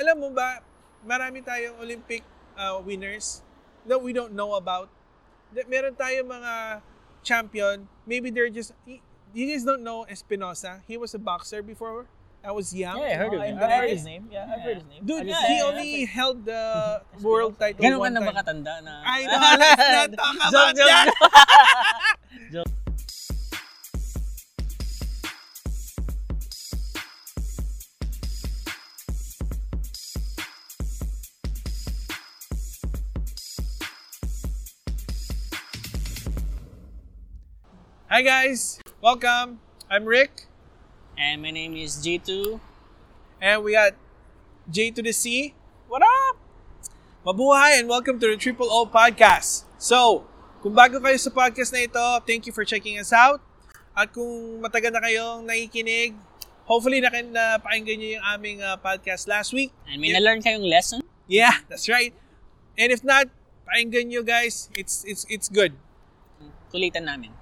alam mo ba, marami tayong Olympic uh, winners that we don't know about. That meron tayong mga champion, maybe they're just y- you guys don't know Espinosa. He was a boxer before. I was young. Yeah, I heard of Oh, him. I've heard his Yeah. name. Yeah, I've heard his name. Ano Dude, Yeah, he yeah, only held the world title Ganun ka one na ba time. katanda na? I know, let's not talk about that. Hi guys, welcome. I'm Rick, And my name is G2. and we got J to the C. What up? Mabuhay and welcome to the Triple O Podcast. So, kung bago kayo sa podcast na ito, thank you for checking us out. At kung matagal na kayong nakikinig, hopefully na napakinggan nyo yung aming uh, podcast last week. And may na-learn kayong lesson. Yeah, that's right. And if not, pakinggan nyo guys. It's it's it's good. Kulitan namin.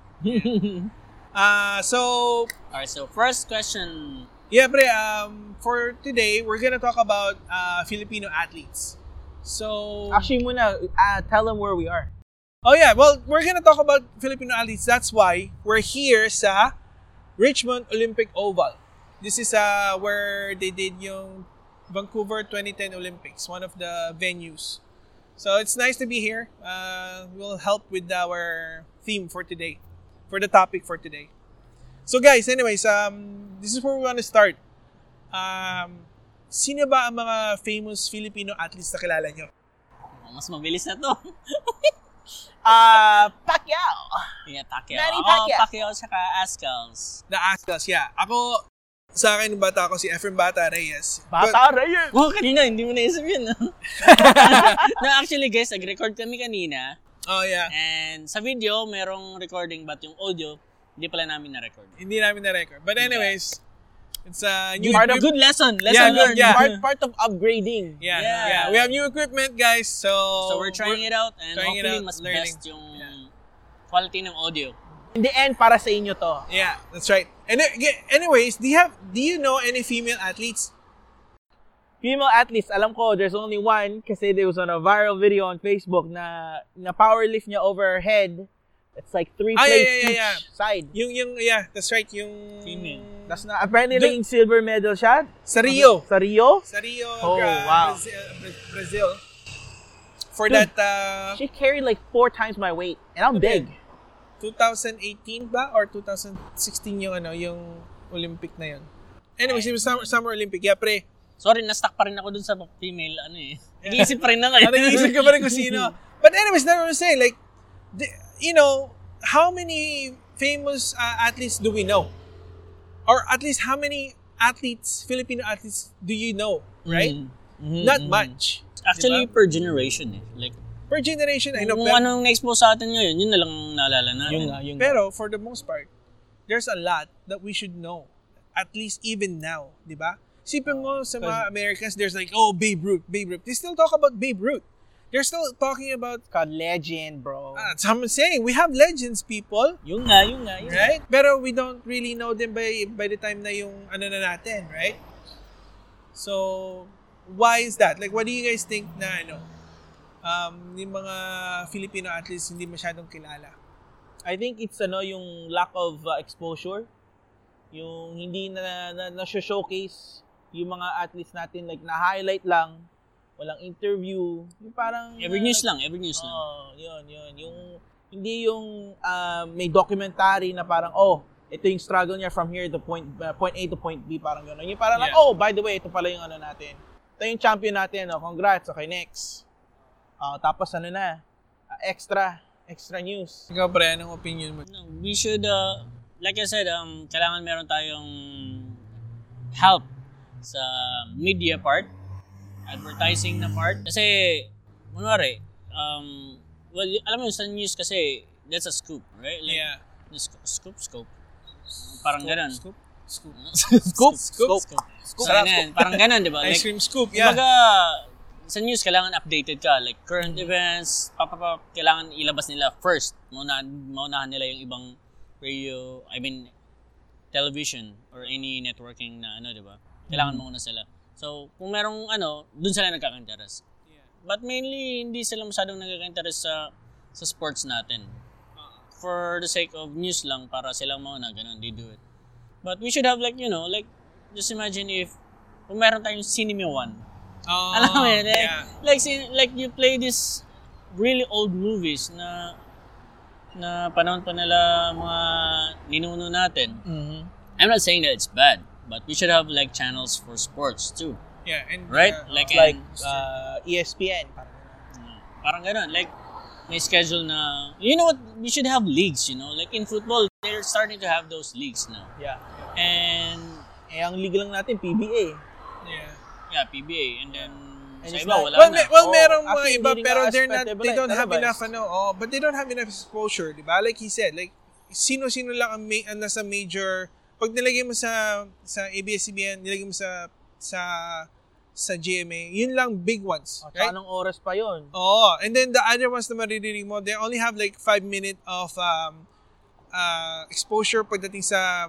Uh, so, Alright, so first question. yeah, pre, um, for today, we're gonna talk about uh, Filipino athletes. So, Actually, muna, uh, tell them where we are. Oh yeah, well, we're gonna talk about Filipino athletes. That's why we're here sa Richmond Olympic Oval. This is uh, where they did yung Vancouver 2010 Olympics, one of the venues. So it's nice to be here. Uh, we'll help with our theme for today, for the topic for today. So guys, anyways, um, this is where we want to start. Um, sino ba ang mga famous Filipino athletes na kilala nyo? Oh, Mas mabilis na to. Uh, Pacquiao. yeah, Pacquiao. Manny Ako, Pacquiao. Pacquiao tsaka Ascals. na-ask us, yeah. Ako, sa akin, nung bata ako si Efrem Bata Reyes. But- Bata Reyes. Wow, Oh, kanina, hindi mo naisip yun. no? no, actually guys, nag-record kami kanina. oh, yeah. And sa video, merong recording but yung audio, hindi pala namin na-record. Hindi namin na-record. But anyways, it's a new Good, equip- good lesson. Lesson Yeah, learned. yeah. Part, part of upgrading. Yeah, yeah, Yeah. We have new equipment, guys. So, So we're trying it out and trying it hopefully out, mas learning. best yung quality ng audio. In the end, para sa inyo to. Yeah, that's right. And uh, ge- anyways, do you have do you know any female athletes? Female athletes, alam ko, there's only one kasi there was on a viral video on Facebook na na power lift niya over her head. It's like three Ah, yeah, plates yeah, yeah, yeah. each side. Yung yung yeah, that's right, yung Female. Tapos na, apparently, Dude. naging silver medal siya. sa Rio. Sa Rio. Sa Rio, Oh, uh, wow. Hmm. Brazil, Brazil. For Dude. that uh, She carried like four times my weight. And I'm big. 2018 ba or 2016 yung ano yung Olympic na yun. Anyway, si Summer, Summer Olympic. Yeah, pre. Sorry, na-stuck pa rin ako dun sa female ano eh. Nag-iisip pa rin eh. na Parang iisip ngayon. ko Ah, pa rin kung sino. But anyways, that's what I'm saying. Like, the- you know, how many famous uh, athletes do we know? Or at least how many athletes, Filipino athletes, do you know? Right? Mm. Mhm, Mm-hmm. Not mhm. much. Actually, Diba? per generation eh. Like, Per generation, I know. kung Pero, anong na-expose sa atin ngayon, yun na lang ang naalala natin. Yung nga, yung nga. pero for the most part, there's a lot that we should know. At least even now, di ba? Sipin mo sa mga Americans, there's like, oh, Babe Ruth, Babe Ruth. They still talk about Babe Ruth. They're still talking about, Ka legend, bro. uh, I'm saying, we have legends, people. Yung nga, yung nga. Yung Right? Pero we don't really know them by by the time na yung ano na natin, right? So, why is that? Like, what do you guys think na ano, um, yung mga Filipino athletes hindi masyadong kilala? I think it's ano yung lack of uh, exposure. Yung hindi na, na, na showcase yung mga athletes natin like na-highlight lang, walang interview, yung parang nga. Every news lang, every news lang. Oh, yun, yun. Yung hindi yung uh, may documentary na parang oh, ito yung struggle niya from here to point uh, point A to point B parang gano'n. Yung parang like, Yeah. oh, by the way, ito pala yung ano natin. Ito yung champion natin. Oh, congrats. Okay, next. Oh, tapos ano na? ah, extra. Extra news. Ikaw, pre, anong opinion mo? No, We should, uh, like I said, um, kailangan meron tayong help sa media part, advertising na part. Kasi, kunwari, um, well, y- alam mo yun, sa news kasi, that's a scoop, right? Like, Yeah. the sco- scoop, scoop. Parang ganun. Scoop? Scoop. scoop, Scoop? Scoop. Parang ganun, parang ganun, di ba? Ice Like, cream scoop, yeah. kumbaga, sa news, kailangan updated ka. Like, current events, papapa, kailangan ilabas nila first. Mauna, maunahan nila yung ibang radio, I mean, television or any networking na ano, di ba? Kailangan mauna sila. So, kung merong ano, dun sila nagkakanteres. But mainly, hindi sila masyadong nagkakanteres sa, sa sports natin. For the sake of news lang, para silang mauna, ganun, they do it. But we should have like, you know, like, just imagine if, kung meron tayong Cinema 1. Oh, Alam mo yun, like, yeah. like, sin- like you play this really old movies na na panahon pa nila mga ninuno natin. Mm-hmm. I'm not saying that it's bad, but we should have like channels for sports too, Yeah, and right? uh, like Like and- uh, ESPN. parang ganun. parang ganun, like may schedule na you know what we should have leagues, you know? Like in football, they're starting to have those leagues now. Yeah. And Eh, ang league lang natin, PBA. yeah. yeah, PBA and then And sa it's iba not- wala Well, eh, na. may, well Oo, merong mga iba actually, hindi rin pero nga they're not aspect, they diba? don't have Televised. enough ano, oh, but they don't have enough exposure, 'di ba? Like he said, like sino-sino lang ang, may, ang nasa major pag nilagay mo sa sa ABS-CBN, nilagay mo sa sa sa GMA, yun lang big ones, At right? anong oras pa yon? Oh, and then the other ones na maririnig mo, they only have like 5 minute of um uh, exposure pagdating sa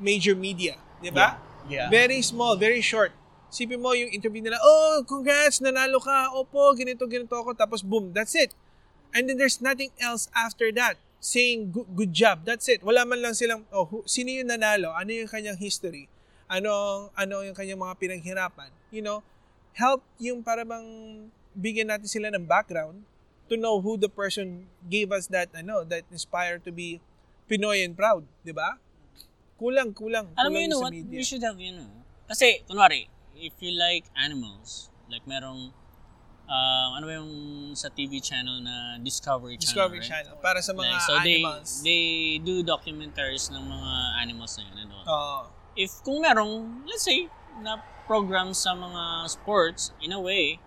major media, 'di ba? Yeah. Very small, very short. Sipin mo yung interview nila, oh, congrats, nanalo ka, opo, ganito, ganito ako, tapos boom, that's it. And then there's nothing else after that, saying good, good job, that's it. Wala man lang silang, oh, who- sino yung nanalo, ano yung kanyang history, ano, ano yung kanyang mga pinaghirapan, you know, help yung para bang bigyan natin sila ng background to know who the person gave us that, ano, that inspired to be Pinoy and proud, di ba? Kulang, kulang. Alam mo, kulang you know sa what? media. We should have, you know. Kasi, kunwari, if you like animals, like merong, uh, ano ba yung sa TV channel na Discovery Channel, Discovery right? Channel para sa mga Like, so animals. they they do documentaries ng mga animals na yun. Ano. Oo. If kung merong, let's say, na program sa mga sports, in a way,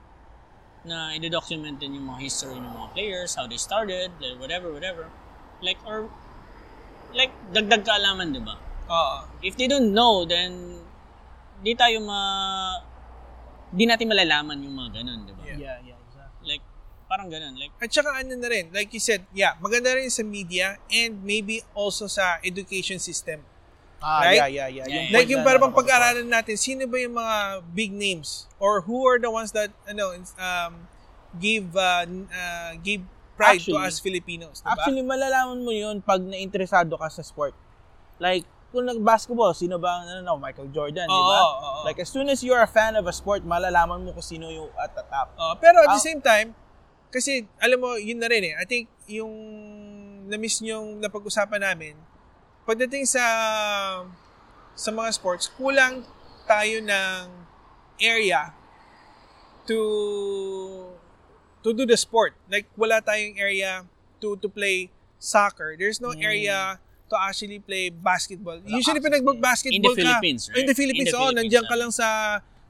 na i-document din yung mga history ng mga players, how they started, like, whatever, whatever. Like, or, like, dagdag kaalaman, di ba? Oo. if they don't know, then di tayo ma... di natin malalaman yung mga ganun, di ba? Yeah. Yeah, yeah, exactly. Like, parang ganun. Like, At saka ano na rin, like you said, yeah, maganda rin sa media and maybe also sa education system. Ah, Right? yeah, Yeah, yeah, yeah. yeah. Like point yung na para bang nakakatawa. pag-aralan natin, sino ba yung mga big names? Or who are the ones that, ano, um, give, uh, n- uh, give pride to Actually- us Filipinos, diba? Actually, malalaman mo yun pag na-interesado ka sa sport. Like, kung nag-basketball, sino ba, ang- ano, no, Michael Jordan, Oo, di ba? oo, oo. Like, as soon as you're a fan of a sport, malalaman mo kung sino yung at the top. Oh, pero at the Ah. same time, kasi alam mo, yun na rin eh. I think yung na-miss yung napag-usapan namin, pagdating sa sa mga sports, kulang tayo ng area to to do the sport. Like wala tayong area to to play soccer. There's no Hmm. area to actually play basketball. Usually pag nag-basketball in the ka, Philippines, right? in the Philippines, In the oh, Philippines, nandiyan ka ah. eh. lang sa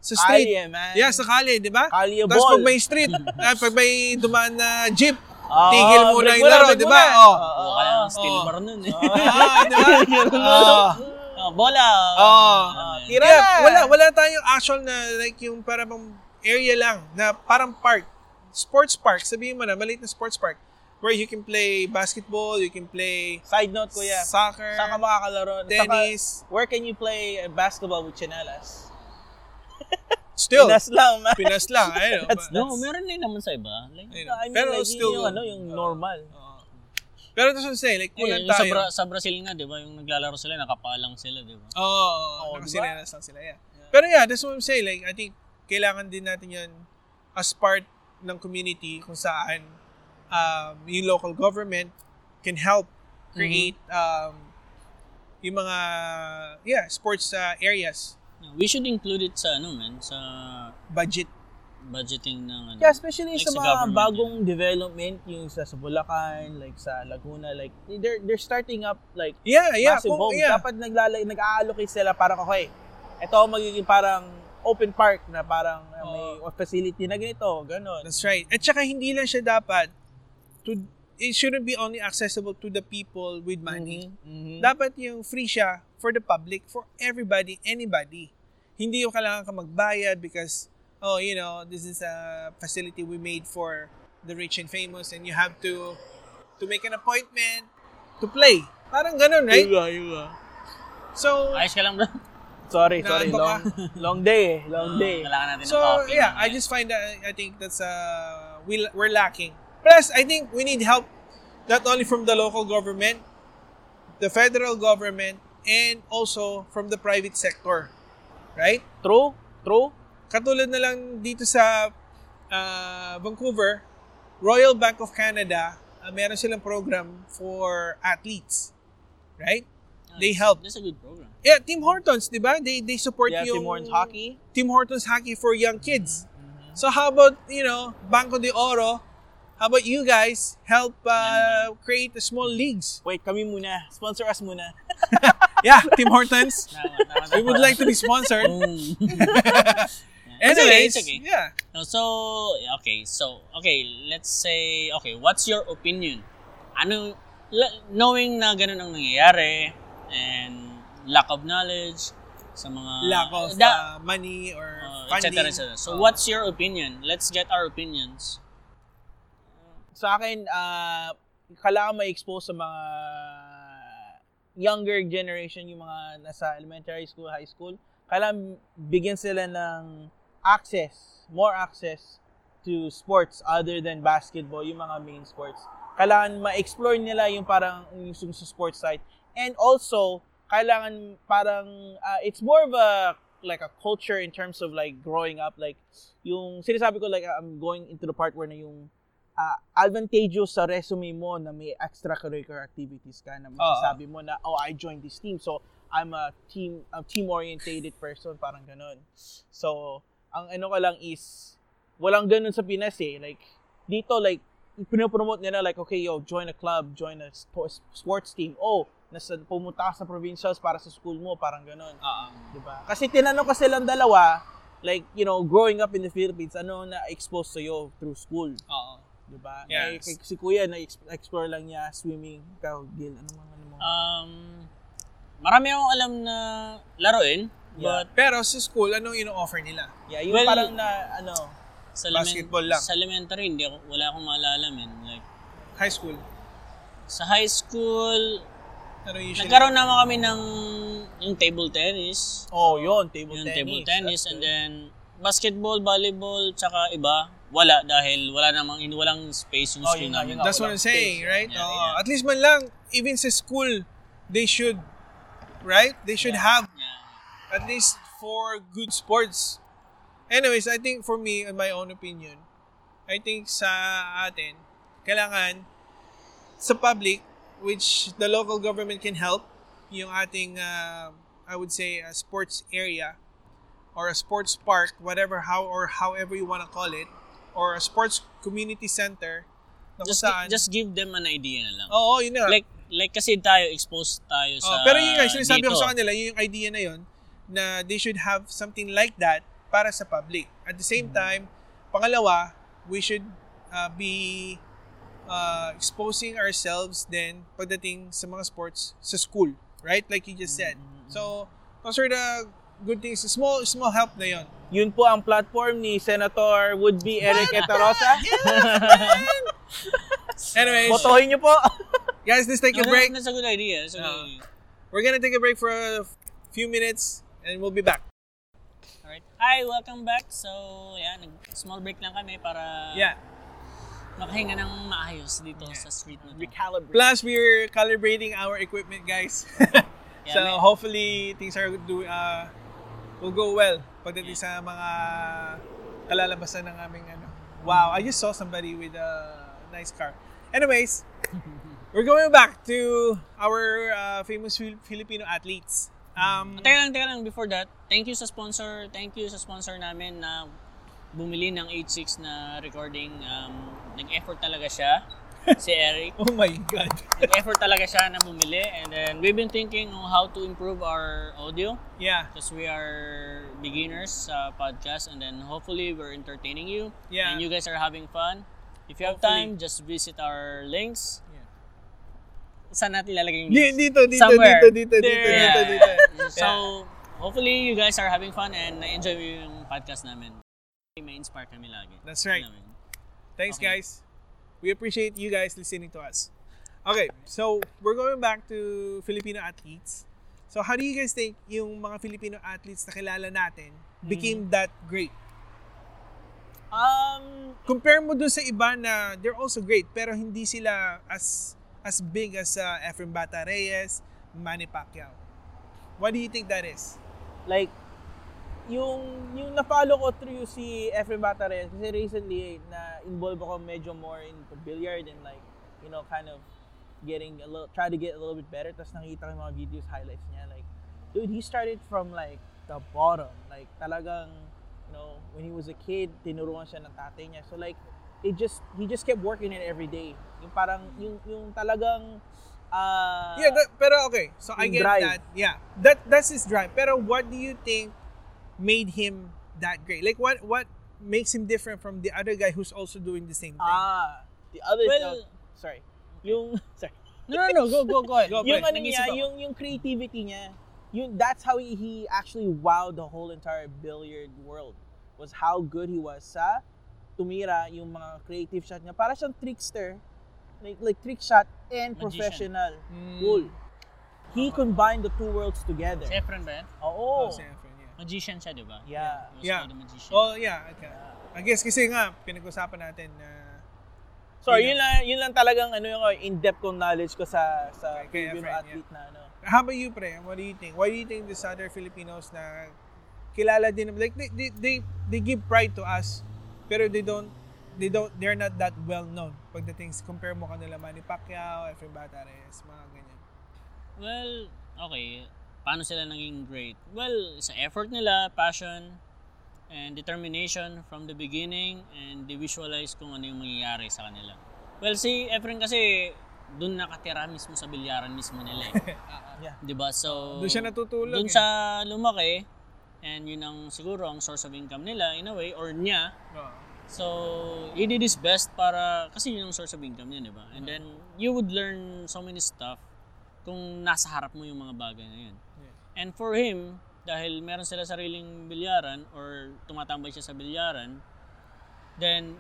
sa street. Kalye, man. Yeah, sa kali, di ba? Kalye Tapos ball. pag may street, ah, pag may dumaan na jeep, Ah, tigil muna break yung laro, break di ba? muna. Oh. Oo, oh, oo, wala oo. nang steel bar nun eh. ah, di ba? Ah, Oh, bola! ah. Alam mo yun. Tira Kaya na. wala, wala tayong actual na like yung parang area lang na parang park. Sports park, sabihin mo na, maliit na sports park where you can play basketball, you can play Side note, kuya. soccer, Saan ka makakalaro? Saan ka- tennis. where can you play uh, basketball with chanelas? Still, Pinas lang, man. Pinas lang. I know, That's- but- No, meron din naman sa iba. Like, I know. I mean, Pero like, still, uh, yun yung, ano, yung normal. Oo. pero that's what I'm saying, like, eh, kulang yung sa, tayo. Bra- sa Brazil nga, di ba? Yung naglalaro sila, nakapalang sila, di ba? Oo, oh, Oo, nakasirenas lang sila. Yeah. Pero yeah, that's what I'm saying. Like, I think kailangan din natin yun as part ng community kung saan um, yung local government can help Mm-hmm. create um, yung mga yeah, sports uh, areas We should include it sa, ano man, sa budget. budgeting ng, ano. Yeah, especially Like sa sa mga government, bagong development, yung sa, sa Bulacan, like sa Laguna, like they're they're starting up like Yeah, Ah, yeah. massive kung- homes. yeah. Dapat naglala- nag-allocate sila parang, okay, ito magiging parang open park na parang uh, may Oh. facility na ganito, ganun. That's right. At saka hindi lang siya dapat to it shouldn't be only accessible to the people with money. Mhm. Dapat yung free siya for the public, for everybody, anybody. Hindi yung kailangan ka magbayad because, oh, you know, this is a facility we made for the rich and famous and you have to to make an appointment to play. Parang ganun, right? Yun nga, yun nga. So, Ayos ka lang, bro. Sorry, sorry. Inaantok Long, long day eh. Long day. Kailangan natin So, ng coffee. yeah, I just find that I think that's uh we we're lacking. Plus, I think we need help not only from the local government, the federal government, and also from the private sector. Right? True? True? Katulad na lang dito sa uh, Vancouver, Royal Bank of Canada, uh, meron silang program for athletes. Right? they help. That's a good program. Yeah, Team Hortons, di ba? They, they support Yeah, yung... Tim Hortons Hockey. Tim Hortons hockey for young kids. So how about, you know, Banco de Oro? How about you guys help uh, create the small leagues? Wait, kami muna. Sponsor us muna. Yeah, Tim Hortons. Tama, tama, We would tama. like to be sponsored. Mm. It's okay, Anyways, it's okay. yeah. No, so, yeah, okay. So, okay, let's say, okay, what's your opinion? Ano, la- knowing na ganun ang nangyayari, and lack of knowledge, sa mga... Lack of uh, da- money or uh, et funding. cetera, et cetera. So, what's your opinion? Let's get our opinions. sa akin, ah, kailangan ma-expose sa mga younger generation, yung mga nasa elementary school, high school. Kailangan bigyan sila ng access, more access to sports other than basketball, yung mga main sports. Kailangan ma-explore nila yung parang yung sa- sa sports side. And also, kailangan parang, ah, it's more of a like a culture in terms of like growing up like yung sinasabi ko like I'm going into the part where na yung ah, advantageous sa resume mo na may extracurricular activities ka na masasabi mo na oh I joined this team so I'm a team a team orientated person parang ganun. So ang ano ko lang is walang ganun sa Pinas eh like dito like pinopromote nila like okay yo join a club join a spo- sports team oh nasa pumunta ka sa provincials para sa school mo parang ganun. Diba? Kasi tinanong kasi lang dalawa, like, you know, growing up in the Philippines, ano na-expose sa'yo through school? Oo. Diba? Yes. Eh, kay- si Kuya, na-explore lang niya swimming. Ikaw, Gil, ano mga ano mo? Um, marami akong alam na laruin, Yeah. but Pero sa school, anong ino-offer nila? yeah, yung well, parang na, ano, sa, elemen- Basketball lang. sa elementary, hindi ako, wala akong maalala, man. Like, High school. sa high school, Ano usually? nagkaroon naman kami ng yung table tennis. oh, yun, table yung tennis. table tennis That's and good. then basketball, volleyball, tsaka iba, wala dahil wala namang in, walang space yung Oh, school yun nga, namin. yun nga. That's what I'm saying, right? Yeah, Oo. yeah. At least man lang, even sa school, they should, right? They should have Yeah. at least for good sports. Anyways, I think for me, in my own opinion, I think sa atin, kailangan sa public, which the local government can help, yung ating, uh, I would say, a sports area or a sports park, whatever, how or however you want to call it, or a sports community center, na kung Just, saan. just give them an idea na lang. Oo, yun na. nga. Like, like kasi tayo, exposed tayo Oh, sa pero yun guys, sinasabi ko dito. sa kanila, yun yung idea na yun, na they should have something like that para sa public. At the Mm. same time, pangalawa, we should uh, be uh, exposing ourselves then pagdating sa mga sports sa school. Right? Like you just Mm-hmm. said. So, those are the good things. Small small help na yun. Yun po ang platform ni Senator would-be Eric Etarosa. Mm. Anyways, Botohin niyo po. guys, let's take No, a break. That's a good idea. That's a good Oo. idea. We're gonna take a break for a few minutes and we'll be back. Alright. Hi, welcome back. So, yan, nag- small break lang kami para Yeah. makahinga ng maayos dito sa street na to. Recalibrate. Plus, we're calibrating our equipment, guys. so, may- hopefully, things are do, uh, will go well pagdating sa mga kalalabasan ng aming ano. Wow, I just saw somebody with a nice car. Anyways, we're going back to our uh, famous Fil- Filipino athletes. Um, Teka lang, teka lang, before that, thank you sa sponsor, thank you sa sponsor namin na bumili ng 86 na recording. Um, nag-effort talaga siya, si Eric. oh my God. Nag-effort talaga siya na bumili. And then, we've been thinking on how to improve our audio Yeah, because we are beginners sa podcast and then hopefully we're entertaining you Yeah. and you guys are having fun. If you have Hopefully. time, just visit our links. Yeah. Saan natin lalagay yung links? Di- dito, dito, Somewhere. dito, dito, dito, There. dito, Yeah. dito. So, hopefully you guys are having fun and na-enjoy mo yung podcast namin. May inspire kami lagi. That's right. Alam mo yun. Thanks, Okay. guys. We appreciate you guys listening to us. Okay, so we're going back to Filipino athletes. So how do you guys think yung mga Filipino athletes na kilala natin became that great? Um, Compare mo dun sa iba na they're also great pero hindi sila as as big as uh, Efrem Bata Reyes, Manny Pacquiao. What do you think that is? like, yung, yung na-follow ko through si Efrem Batares, kasi recently, eh, na involved ako medyo more into billiard and like, you know, kind of getting a little, try to get a little bit better. Tapos nakita ko yung mga videos, highlights niya. Like, dude, he started from like, the bottom. Like, talagang, you know, when he was a kid, tinuruan siya ng tatay niya. So like, it just, he just kept working it every day. Yung parang, yung, yung talagang, ah yeah, that, pero okay. So I yung get drive. that. Yeah. That that's his drive. Pero what do you think made him that great? Like what what makes him different from the other guy who's also doing the same thing? Ah, the other Well- stuff- sorry. Yung sorry. No, no, no. Go, go, go. ahead. Go, Go, pre. Yung Brett. ano Nag-isip niya, ako. yung yung creativity niya. Yung that's how he, he actually wowed the whole entire billiard world was how good he was sa tumira yung mga creative shot niya. Para siyang trickster, like like trick shot and Magician. professional Mm. goal. He combined the two worlds together. Si Efren ba yan? Oh, Oo. si Efren, yeah. Magician siya, di ba? Yeah. He was Yeah. Oh. called a magician. Well, yeah, okay. I guess kasi nga pinag-usapan natin na So yun lang yun lang talagang ano yung in-depth kong knowledge ko sa sa Kay- kay Filipino Efren, athlete na ano. How about you, pre? What do you think? Why do you think these other Filipinos na kilala din naman- like they, they they they give pride to us pero they don't they don't they're not that well known pagdating sa- compare mo kanila Manny Pacquiao, Efrem Bata Reyes, mga ganyan. Well, okay. Paano sila naging great? Well, sa effort nila, passion, and determination from the beginning, and they visualize kung ano yung mangyayari sa kanila. Well, si Efren kasi, dun nakatira mismo sa bilyaran mismo nila eh. Yeah. Di ba? So, Doon siya natutulog. eh. dun sa lumaki, and yun ang siguro ang source of income nila in a way, or niya, eh. Oo. So, he did his best para, kasi yun yung source of income niya, di ba? And then, you would learn so many stuff kung nasa harap mo yung mga bagay na yun. And for him, dahil meron sila sariling bilyaran or tumatambay siya sa bilyaran, then,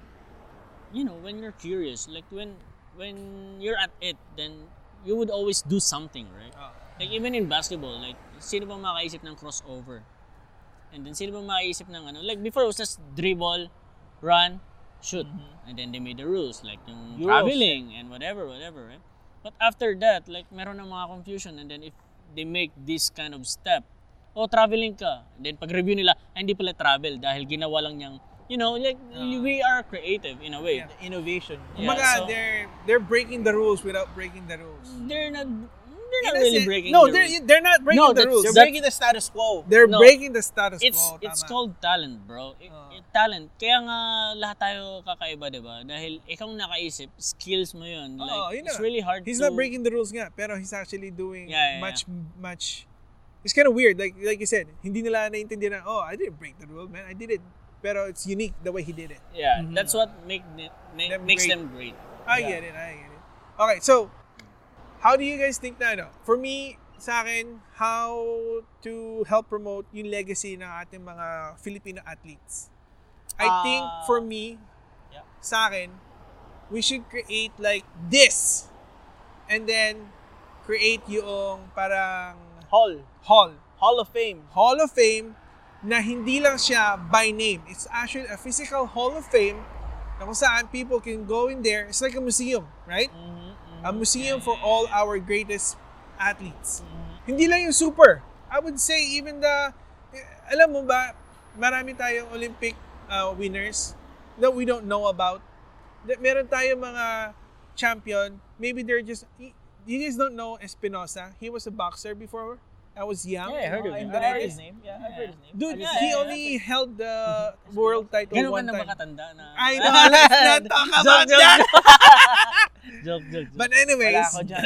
you know, when you're curious, like when, when you're at it, then you would always do something, right? Oo. Like even in basketball, like sino ba makaisip ng crossover? And then sino ba makaisip ng ano? Like before it was just dribble, run, shoot. And then they made the rules like yung Euros. traveling and whatever, whatever, right? But after that, like meron ng mga confusion and then if they make this kind of step, oh traveling ka. And then pag review nila, "Ah, hindi pala travel dahil ginawa lang niyang You know, like we are creative in a way. Yeah. Innovation. Yeah, Kumbaga, so- they're they're breaking the rules without breaking the rules. They're not they're not In a really sense- breaking No, the they're rules. they're not breaking No, the that's- rules. They're That- breaking the status quo. They're No. breaking the status it's quo. tama. it's Oh. called talent, bro. I- Oo. i- talent. Kaya nga lahat tayo kakaiba, 'di ba? Dahil ikaw ang nakaisip, skills mo 'yun. Oo, Like Oh, yun it's na. really hard He's to not breaking the rules nga, pero he's actually doing Yeah, yeah, much much It's kind of weird like like you said, hindi nila naintindihan, na, oh, I didn't break the rule, man. I did it. Pero it's unique the way he did it. Yeah, that's what make, ni- make Them makes great. them great. I Yeah. get it. I get it. Okay, so how do you guys think na ano? For me, sa akin, how to help promote yung legacy ng ating mga Filipino athletes. I Ah. think for me, Yeah. sa akin, we should create like this. And then create yung parang Hall. hall. Hall of Fame. Hall of Fame na hindi lang siya by name. It's actually a physical Hall of Fame na kung saan people can go in there. It's like a museum, right? Mm-hmm, A museum for all our greatest athletes. Mm-hmm. Hindi lang yung super. I would say even the, eh, alam mo ba, marami tayong Olympic uh, winners that we don't know about. That meron tayong mga champion, maybe they're just, y- you guys don't know Espinosa. He was a boxer before I was young. Yeah, I heard of I've him. But heard it his is- name. Yeah, I've heard his name. Dude, Yeah, he yeah, only held the world title Ganun ka one na ba time. katanda na? I know, let's not talk about joke, that. Joke, joke, joke. But anyways, Wala ako dyan.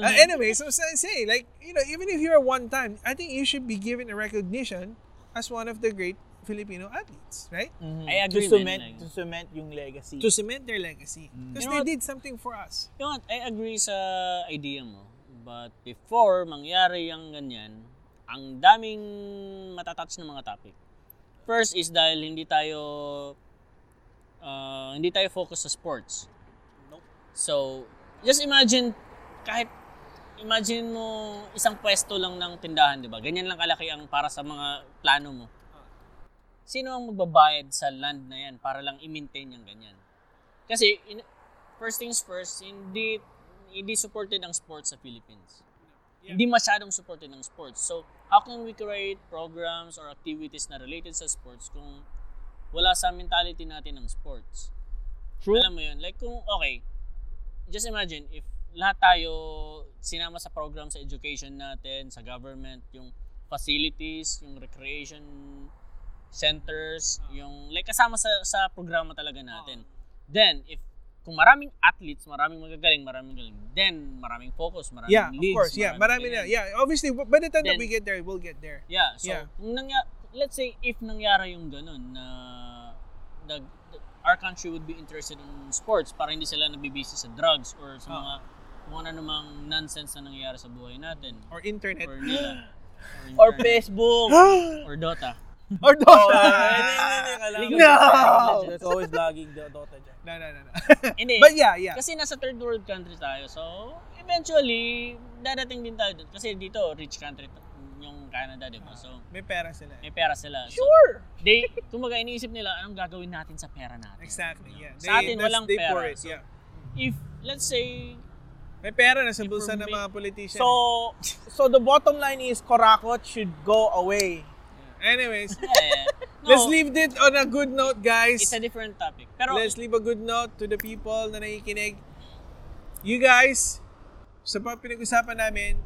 uh, anyways, so sa- say like you know, even if you're a one time, I think you should be given a recognition as one of the great Filipino athletes, right? I agree, to man, cement, like- to cement yung legacy. To cement their legacy, because You they know what? did something for us. You know what? I agree sa idea mo. But before mangyari ang ganyan, ang daming matatouch ng mga topic. First is dahil hindi tayo uh, hindi tayo focus sa sports. So, just imagine kahit imagine mo isang pwesto lang ng tindahan, di ba? Ganyan lang kalaki ang para sa mga plano mo. Sino ang magbabayad sa land na yan para lang i-maintain yung ganyan? Kasi, in- first things first, hindi hindi supported ang sports sa Philippines. Yeah. Hindi masyadong supported ng sports. So, how can we create programs or activities na related sa sports kung wala sa mentality natin ng sports? True. Alam mo yun? Like kung, okay, just imagine if lahat tayo sinama sa program sa education natin, sa government, yung facilities, yung recreation centers, yung like kasama sa sa programa talaga natin. Then if kung maraming athletes, maraming magagaling, maraming galing, then maraming focus, maraming Yeah, of leagues, course. Yeah, marami na. ganyan. Yeah, obviously, by the time that Then- we get there, we'll get there. Yeah, so Yeah. kung nangya- let's say if nangyari yung ganun na nag our country would be interested in sports para hindi sila nabibisi sa drugs or sa Ah. mga kung ano namang nonsense na nangyayari sa buhay natin Or internet. or nila internet, Or Facebook. or Dota. or Dota! No! No! There's always laging do- Dota dyan. No, no, no, no. Hindi, But yeah, yeah. kasi nasa third world country tayo so eventually dadating din tayo doon kasi dito rich country to- yung Canada, di ba? So, May pera sila. eh. may pera sila. So, Sure! they, kumbaga, iniisip nila, anong gagawin natin sa pera natin? Exactly, yeah. Sa atin, that's- walang they pera. pour it, So, yeah. If, let's say, May pera na sa if bulsa ng we're ma- mga politician. So, so the bottom line is Korakot should go away. anyways, eh, no, let's leave it on a good note, guys. it's a different topic. Pero, Let's leave a good note to the people na nakikinig. You guys, sa mga pinag-usapan namin,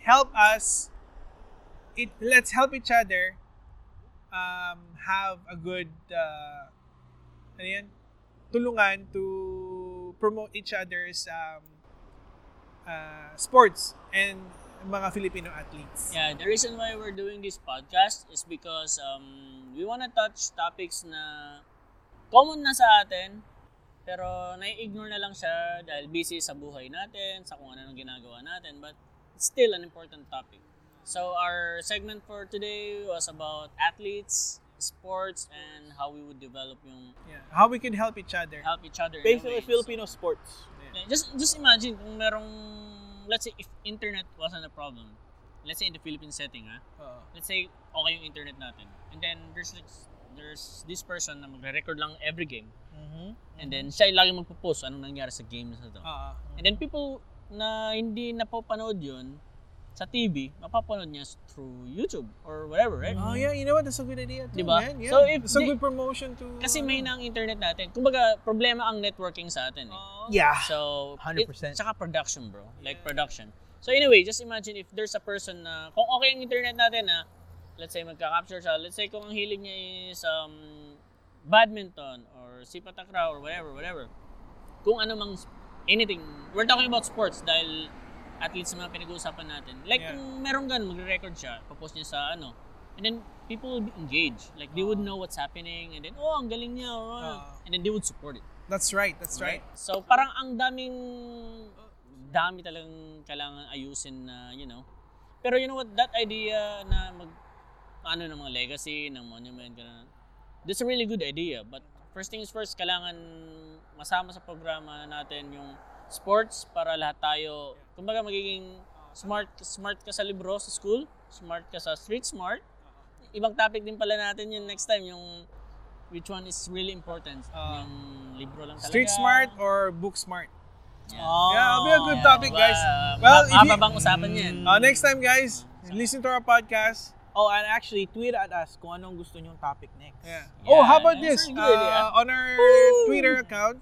help us. It, let's help each other um, have a good, uh, ano yan? Tulungan to promote each other's um, uh, sports and mga Filipino athletes. yeah, the reason why we're doing this podcast is because um, we wanna touch topics na common na sa atin, pero nai-ignore na lang siya dahil busy sa buhay natin, sa kung ano nang ginagawa natin, but it's still an important topic. So our segment for today was about athletes, sports, and how we would develop yung Yeah. How we can help each other. help each other. in a Basically, way. So- Filipino sports. Yeah, Just just imagine kung merong let's say if internet wasn't a problem. Let's say in the Philippine setting, ha. Oo. Let's say okay yung internet natin. And then there's like, there's this person na magre-record lang every game. Mhm. Mm-hmm. Mm-hmm. And then siya yung lagi magpo-post anong nangyari sa game na to. Oo. And then people na hindi napapanood yun sa TV, mapapanood niya through YouTube or whatever, right? Oh yeah, you know what? That's a good idea too, Diba? man. Yeah. So if It's a they- good promotion to Kasi may na ang internet natin. Kumbaga, problema ang networking sa Ah. atin eh. Yeah. So, 100%. It, tsaka production, bro. Like production. So anyway, just imagine if there's a person na, kung okay ang internet natin na, let's say magka-capture siya, let's say kung ang hilig niya is um, badminton or sipatakraw or whatever, whatever. Kung ano mang, sp- anything. We're talking about sports dahil at least sa mga pinag-uusapan natin. Like Yeah. kung meron ganun, magre-record siya, papost niya sa ano, and then people will be engaged. Like they would know what's happening and then, oh, ang galing niya, or, ano. Ah. and then they would support it. That's right. That's right. So parang ang daming dami talagang kailangan ayusin na, you know. Pero you know what, that idea na mag ano ng mga legacy, ng monument, ganun. That's a really good idea. But first things first, kailangan masama sa programa natin yung sports para lahat tayo, kumbaga magiging smart smart ka sa libro sa school, smart ka sa street smart. Ibang topic din pala natin yun next time, yung which one is really important. Ah. yung libro lang talaga. Street smart or book smart? Yeah. Yeah, it'll be a good topic, Diba? guys. Well, Well, if you- mababang usapan yan. Uh, next time, guys, listen to our podcast. Oh, and actually, tweet at us kung anong gusto nyong topic next. Yeah. Yeah, oh, how about that's this? a good idea. Uh, on our Twitter account,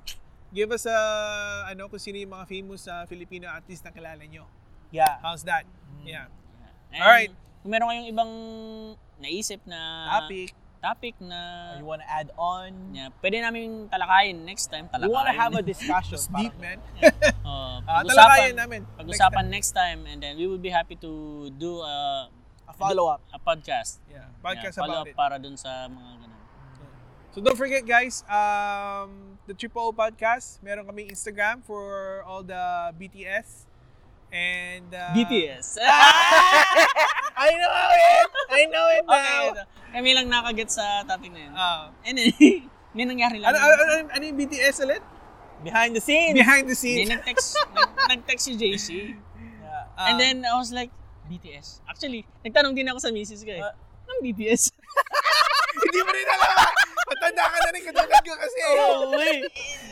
give us a ano kung sino yung mga famous uh, Filipino artists na kilala nyo. Yeah. How's that? Mm. Yeah. And Alright. Kung meron kayong ibang naisip na Topic. topic na Or you wanna add on? yeah, pwede namin talakayin next time. Talakayin. You wanna have a discussion? It's parang deep, man. Oh, Ah, pag-usapan. talakayan namin. Next Pag-usapan next time. and then we will be happy to do a, A follow-up. a podcast. time. Yeah. Podcast about Yeah, follow-up it. Ah. para dun sa mga ganun. So don't forget guys, um, the Triple O Podcast, meron kami Instagram for all the BTS. And uh, BTS. Ah, I know it! I know it okay. now! Kami lang nakaget sa topic na yun. Ah. And then, may nangyari lang. ano, ano, ano, ano yung BTS ulit? Behind the scenes. Behind the Hindi, scenes. nag-text, nag, text si JC. Yeah. Ah, And then I was like, BTS. Actually, nagtanong din ako sa misis ko eh. Ah. Anong BTS? hindi mo rin alam. Matanda ka na rin katulad ko kasi. Oh, wait.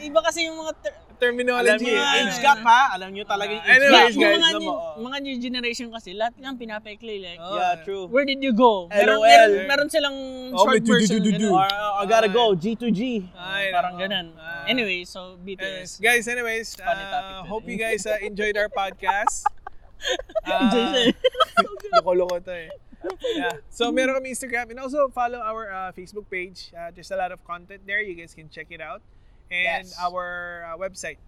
Iba kasi yung mga ter- Alam Terminology. niyo eh. yung age Ano, gap ha? Alam niyo talaga yung age Anyways, gap. Lahat guys, yung ah. mga, Alam new, mo, oo. mga new generation kasi, lahat lang pinapekli. Like, Oh. né? Yeah, true. where did you go? Meron, LOL. meron, meron silang Oh, may short version. du-du-du-du-du. ganun. Or, uh, I gotta go, G2G. Ay, Parang nako. ganun. Ah. Anyway, so Anyways, BTS. guys, anyways, Funny topic uh, today. hope you guys uh, enjoyed our podcast. Uh, Enjoy siya eh. Loko-loko to eh. Yeah. So, meron kami Instagram and also follow our uh, Facebook page. Uh, there's a lot of content there. You guys can check it out. And Yes. our uh, website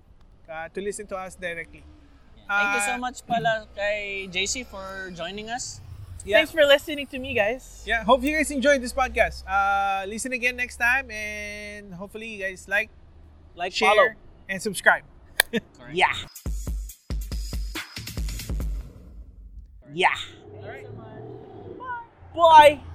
uh, to listen to us directly. Thank you Ah. so much pala kay JC for joining us. Yeah. Thanks for listening to me, guys. Yeah, hope you guys enjoyed this podcast. Uh, listen again next time and hopefully you guys like, Like, share, follow. and subscribe. Yeah. Yeah. All right. Bye.